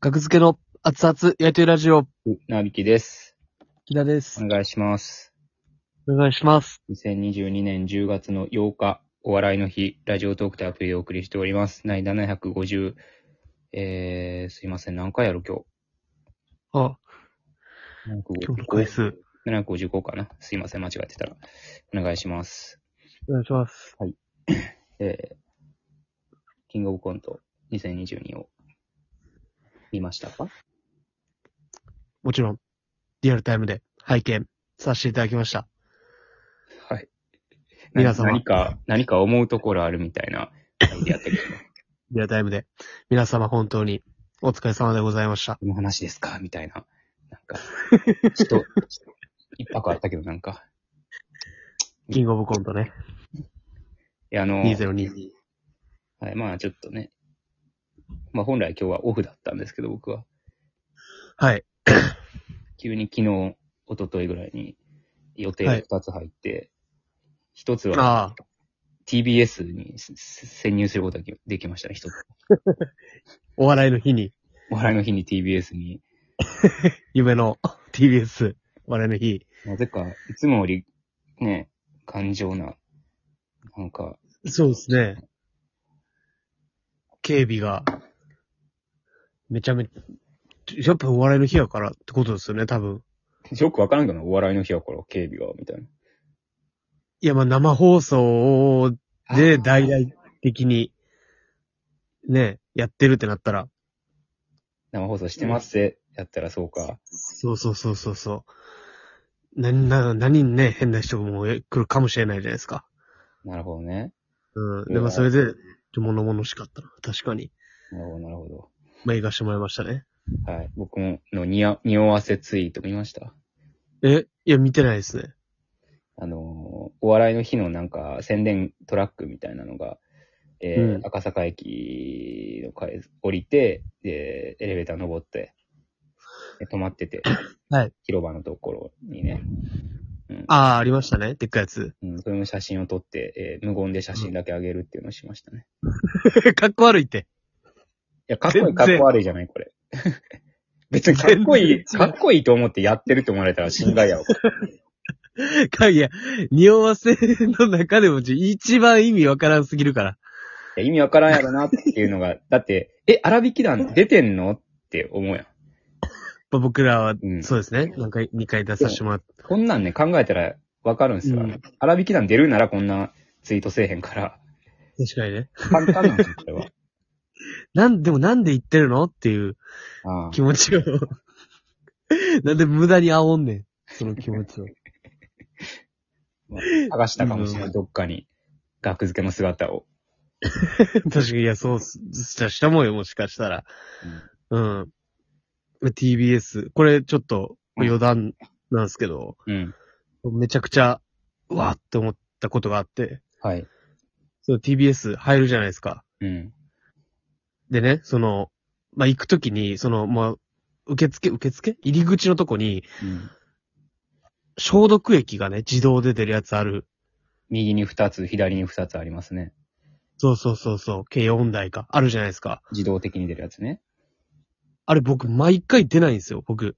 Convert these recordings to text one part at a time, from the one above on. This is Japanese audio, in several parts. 学付けの熱々やりとりラジオ、なびきです。木田です。お願いします。お願いします。 2022年10月の8日、お笑いの日、ラジオトークというアプリでお送りしております。第750、えー、すいません、何回やろ、今あ、日。今日の回数。 755かな。すいません、間違えてたら。お願いします。お願いします。えー、キングオブコント2022を見ましたかもちろん、リアルタイムで拝見させていただきました。はい。皆様何か、何か思うところあるみたいな感じやったけどね。リアルタイムで。皆様本当にお疲れ様でございました。この話ですかみたいな。なんか、ちょっと、 一泊あったけどなんか。キングオブコントね。いや、あの、 2022。はい、まあちょっとね。まあ本来今日はオフだったんですけど、僕は。はい。急に昨日、一昨日ぐらいに予定が2つ入って、一つはああ、 TBS にせ潜入することができましたね、一つ。お笑いの日に、お笑いの日に TBS に。夢の TBS お笑いの日。なぜか、いつもより、ね、感情な、なんか、そうですね。警備が、めちゃめちゃ、やっぱお笑いの日やからってことですよね、多分。よくわからんけどな、お笑いの日やから、警備が、みたいな。いや、まあ、生放送で、大々的に、ね、やってるってなったら、生放送してますってやったらそうか。そうそうそうそうそう。な、な、何にね、変な人も来るかもしれないじゃないですか。なるほどね。うん。いでやも、それで、物々しかったな。確かに。なるほど、なるほど。まあ、行かしてもらいましたね。はい。僕も、の、にや、匂わせツイート見ました。え、いや、見てないですね。あのー、お笑いの日のなんか、宣伝トラックみたいなのが、えーうん赤坂駅の階、降りて、で、エレベーター登って、で止まってて、 はい広場のところにね、うんああ、ありましたね。でっかいやつ。 うん、それの写真を撮って、えー無言で写真だけあげるっていうのをしましたね。かっこ悪いって。 いや、かっこいい、全然かっこ悪いじゃない、これ。 別にかっこい全い、か然違うっこいいと思ってやってるって思われたら心外やわ。か、いや、匂わせの中でも、一番意味わからんすぎるから。いや意味わからんやろなっていうのが、 だって、え、荒引き団出てんのって思うやん。まあ、僕らはう、んそうですね。なんか、2回出させてもらって。こんなんね、考えたらわかるんですよ。うん荒引き団出るならこんなツイートせえへんから、確かにね。簡単なんですよ、こ れは。なん、でもなんで言ってるのっていうああ気持ちを。 なんで無駄に煽んねん。その気持ちを。まあ探したかもしれなうい、んどっかに。学付けの姿を。 確かに、いや、そうっす、した、したもんよ、もしかしたら。うん。TBS、これちょっと余談なんですけど、うん。めちゃくちゃ、うわーって思ったことがあって、はい。その TBS 入るじゃないですか。うん。でね、その、まあ、行くときに、その、まあ、受付、受付入り口のとこに、うん、消毒液がね、自動で出るやつある右に二つ、左に二つありますね。そうそうそうそう。計4台か。あるじゃないですか。自動的に出るやつね。あれ僕、毎回出ないんですよ、僕。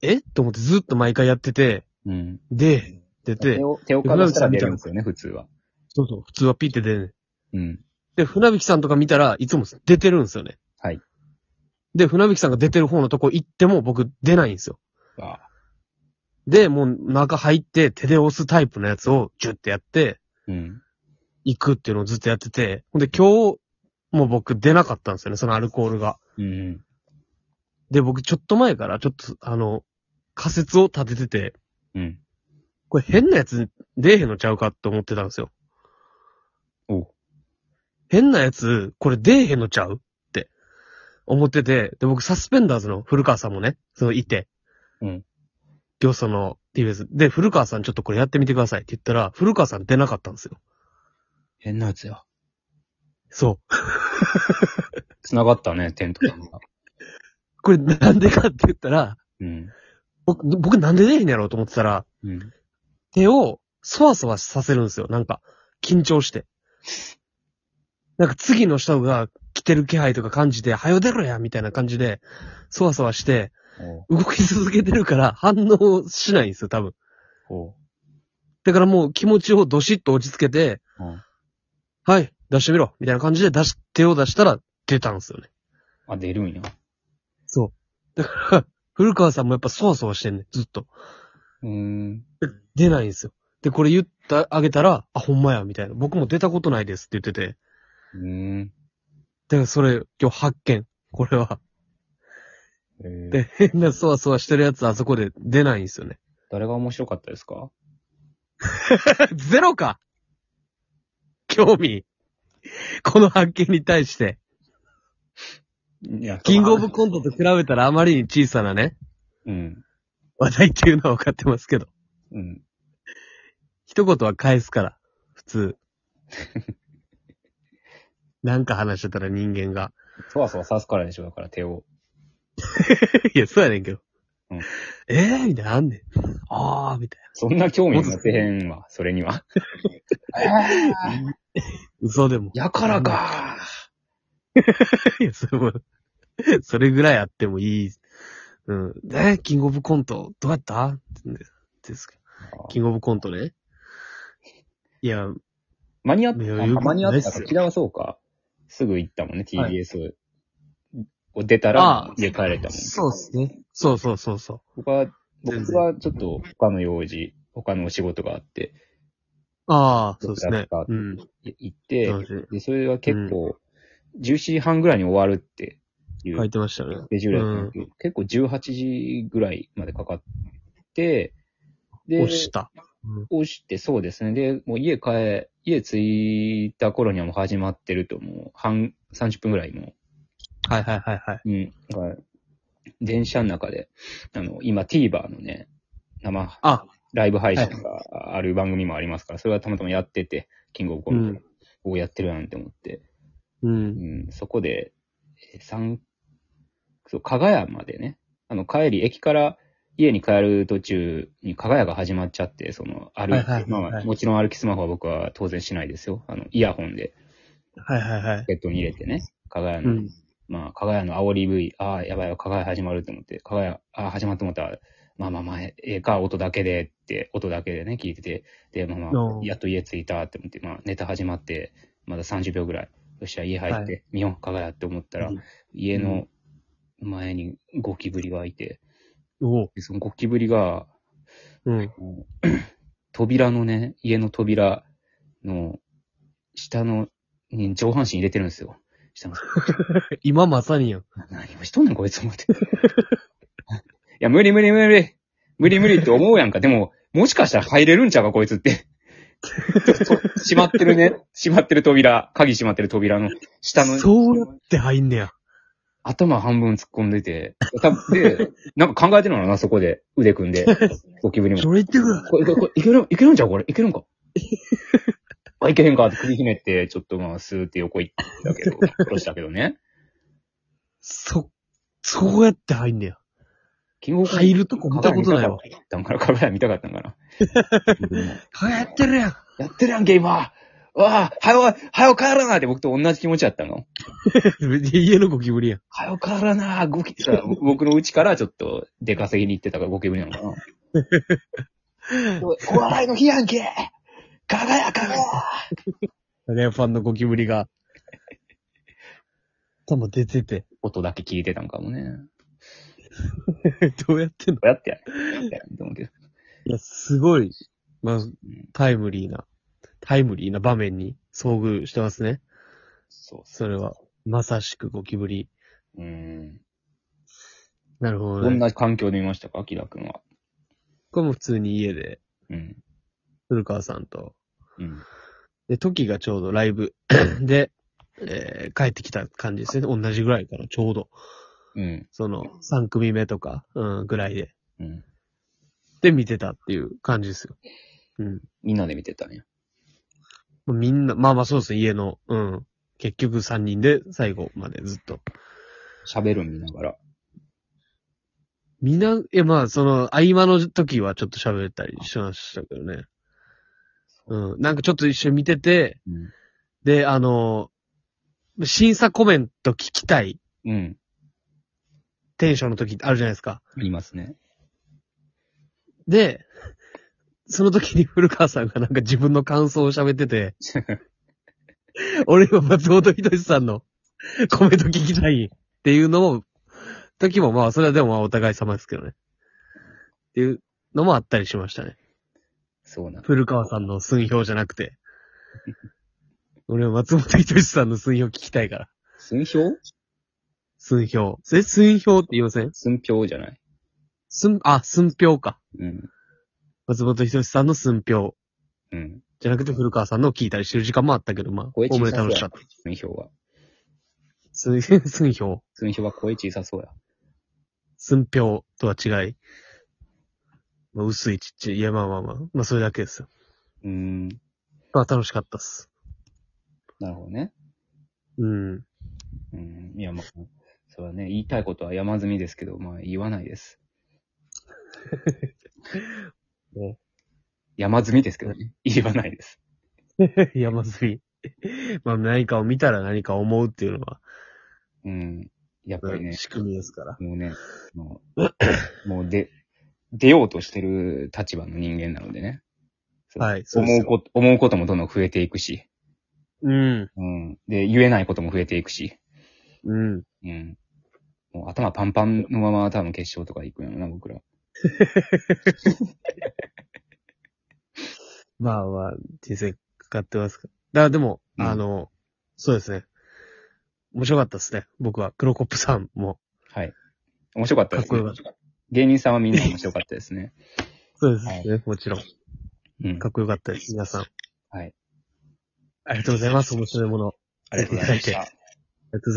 えと思ってずっと毎回やってて、うん。で、出て手、を、手をかざしたら出るんですよね、普通は。そうそう、普通はピッて出る。うん。で、船引さんとか見たらいつも出てるんですよね。はい。で、船引さんが出てる方のとこ行っても僕出ないんですよ。あで、もう中入って手で押すタイプのやつをジュッてやって、うん。行くっていうのをずっとやってて、ほんで今日も僕出なかったんですよね、そのアルコールが。うん。で、僕ちょっと前から、ちょっと、あの、仮説を立ててて、うん。これ変なやつ出えへんのちゃうかって思ってたんですよ。おう変なやつ、これ出えへんのちゃうって思ってて、で、僕サスペンダーズの古川さんもね、そのいて、うん。今日その TBS で、古川さんちょっとこれやってみてくださいって言ったら、古川さん出なかったんですよ。変なやつや。そう。繋がったね、テントさんが。これなんでかって言ったら、うん。僕、僕なんで出えへんやろうと思ってたら、うん。手を、そわそわさせるんですよ。なんか、緊張して。なんか次の人が来てる気配とか感じて、はよ出ろやみたいな感じで、そわそわして、おう動き続けてるから反応しないんですよ、多分。おうだからもう気持ちをどしっと落ち着けて、うんはい、出してみろみたいな感じで出し、手を出したら出たんですよね。あ、出るんや。そう。だから、 古川さんもやっぱそわそわしてんね、ずっと。うーん。出ないんですよ。で、これ言った、あげたら、あ、ほんまや、みたいな。僕も出たことないですって言ってて。うーん。だからそれ、今日発見。これは。えーで、変なそわそわしてるやつあそこで出ないんですよね。誰が面白かったですか ゼロか興味。この発見に対して。いやキングオブコントと比べたらあまりに小さなね、うん。話題っていうのは分かってますけど。うん。一言は返すから、普 通。なんか話してたら人間が。そわそわさすからでしょ、だから手を。いや、そうやねんけど。うんええみたいな、あんねん。あー、みたいな。 そんな興味持てへんわ、それには。嘘でも。 やからか。いや、それも、それぐらいあってもいい。うん。ね、キングオブコント、どうやったってねですけどキングオブコントね。いや、間に合っいた、やあよく間に合ったないっすか、よ木田はそうか。すぐ行ったもんね、はい TBS を出たあらあ、家帰れたもん。そうですね。そうそうそうそ僕は、全僕然はちょっと他の用事、他のお仕事があって、う。ああ、そうですねどっ。うちだんっ。い行ってそうです、で、それは結構、17時半ぐらいに終わるってい書いうてましたね。スケジュールだったんだけど、結構18時ぐらいまでかかって、で、押した。押して、そうですね。で、もう家帰、家着いた頃にはもう始まってると、もう半、30分ぐらいの、はいはいはいはい。うん、はい電車の中で、あの、今 TVer のね、生、あ、ライブ配信がある番組もありますから、それはたまたまやってて、キングオブコントをやってるなんて思って、う。うんん、そこで、えー三、そう、加賀屋までね、あの、帰り、駅から家に帰る途中に加賀屋が始まっちゃって、その、歩はいいはいはいはいまあまあもちろん歩きスマホは僕は当然しないですよ。あの、イヤホンで、はいはいはい。ポケットに入れてね、加賀屋うの、ん。まあ、加賀屋の煽り V、ああ、やばいわ、加賀屋始まると思って、加賀屋、ああ、始まってもった。まあまあまあ、ええか、音だけでって、音だけでね、聞いてて、で、まあまあう、んやっと家着いたって思って、まあ、ネタ始まって、まだ30秒ぐらい。そしたら家入っはて、見よう、加賀屋って思ったらうん、家の前にゴキブリがいて、おう。でそのゴキブリが、うん。もう 扉のね、家の扉の、下の、に上半身入れてるんですよ。下の今まさにやん。何をしとんねん、こいつ思って。い や、無理無理無理。無理無理って思うやんか。でも、もしかしたら入れるんちゃうか、こいつって。 そ閉まってるね。閉まってる扉。鍵閉まってる扉の下のそうやって入んねや。頭半分突っ込んでて。多分で、なんか考えてるのかな、そこで。腕組 んで。ゴキブリも。それ言ってくれ。これ、これ、これいける、いけるんちゃうこれ、いけるんか。あ、いけへんかって首ひねって、ちょっとまあ、スーって横行ったけど、殺したけどね。そ、そうやって入んねや。キングオブコント入るとこ見たことないわ。だから、カメラ見たかったんかな。やってるやん。 やってるやんけ、今。わあ、はよ、はよ帰らなって僕と同じ気持ちだったの。 家のゴキブリやん。はよ帰らなゴキ、さ 僕のうちからちょっと出稼ぎに行ってたからゴキブリなのかな。お笑いの日やんけかがやかがや高屋ファンのゴキブリが。頭出て て。音だけ聞いてたんかもね。どうやってんのどうやってやるやって思うけど。いや、すごい、まあ、タイムリーな、タイムリーな場面に遭遇してますね。そうそそう。れは。まさしくゴキブリ。うん。なるほどどんね。な環境で見ましたか、アキラくんは。これも普通に家で、うん。古川さんと。うん。で、時がちょうどライブ で、えー帰ってきた感じですね。同じぐらいから、ちょうど。うん。その、3組目とか、うん、ぐらいで。うん。で、見てたっていう感じですよ。うん。みんなで見てたね。もうみんな、まあまあそうですね、家の、うん。結局3人で最後までずっと。喋るん見ながら。みんな、え、まあその、合間の時はちょっと喋ったりしましたけどね。うん。なんかちょっと一緒に見てて、うん。で、あの、審査コメント聞きたいうん。テンションの時あるじゃないですか。ありますね。で、その時に古川さんがなんか自分の感想を喋ってて、俺は松本人志さんのコメント聞きたいっていうのを、時もまあ、それはでもまあお互い様ですけどね。っていうのもあったりしましたね。そうなん。古川さんの寸評じゃなくて。俺は松本人志さんの寸評聞きたいから。寸評寸評。え、寸評って言いません寸評じゃない。寸、あ、寸評か。うん。松本人志さんの寸評。うん。じゃなくて古川さんのを聞いたりしてる時間もあったけど、まあ、お声小おさそむうやね楽しかった。寸評は。寸、寸評。寸評は声小さそうや。寸評とは違い。まあ、薄いちっちゃい。いや、まあまあまあ。まあ、それだけですよ。うーん。まあ、楽しかったっす。なるほどね。うん。 うん。いや、まあ、それはね、言いたいことは山積みですけど、まあ、言わないです。 ね山積みですけどね。言わないです。山積み。 まあ、何かを見たら何かを思うっていうのは、うん。やっぱりうねん、仕組みですから。もうね、もう、もうで、出ようとしてる立場の人間なのでね。はいそうです思うよこと、思うこともどんどん増えていくし。うん。うん。で、言えないことも増えていくし。うん。うん。もう頭パンパンのまま多分決勝とか行くよな、僕ら。まあまあ、人生かかってますから。だからでも、うんあの、そうですね。面白かったですね。僕は、黒コップさんも。はい。面白かったです、ね。かっこよ芸人さんはみんな面白かったですね。そうですはいね。もちろん。うん。かっこよかったです。皆さん。はい。ありがとうございます。面白いもの。ありがとうございましありがとうございまたし。た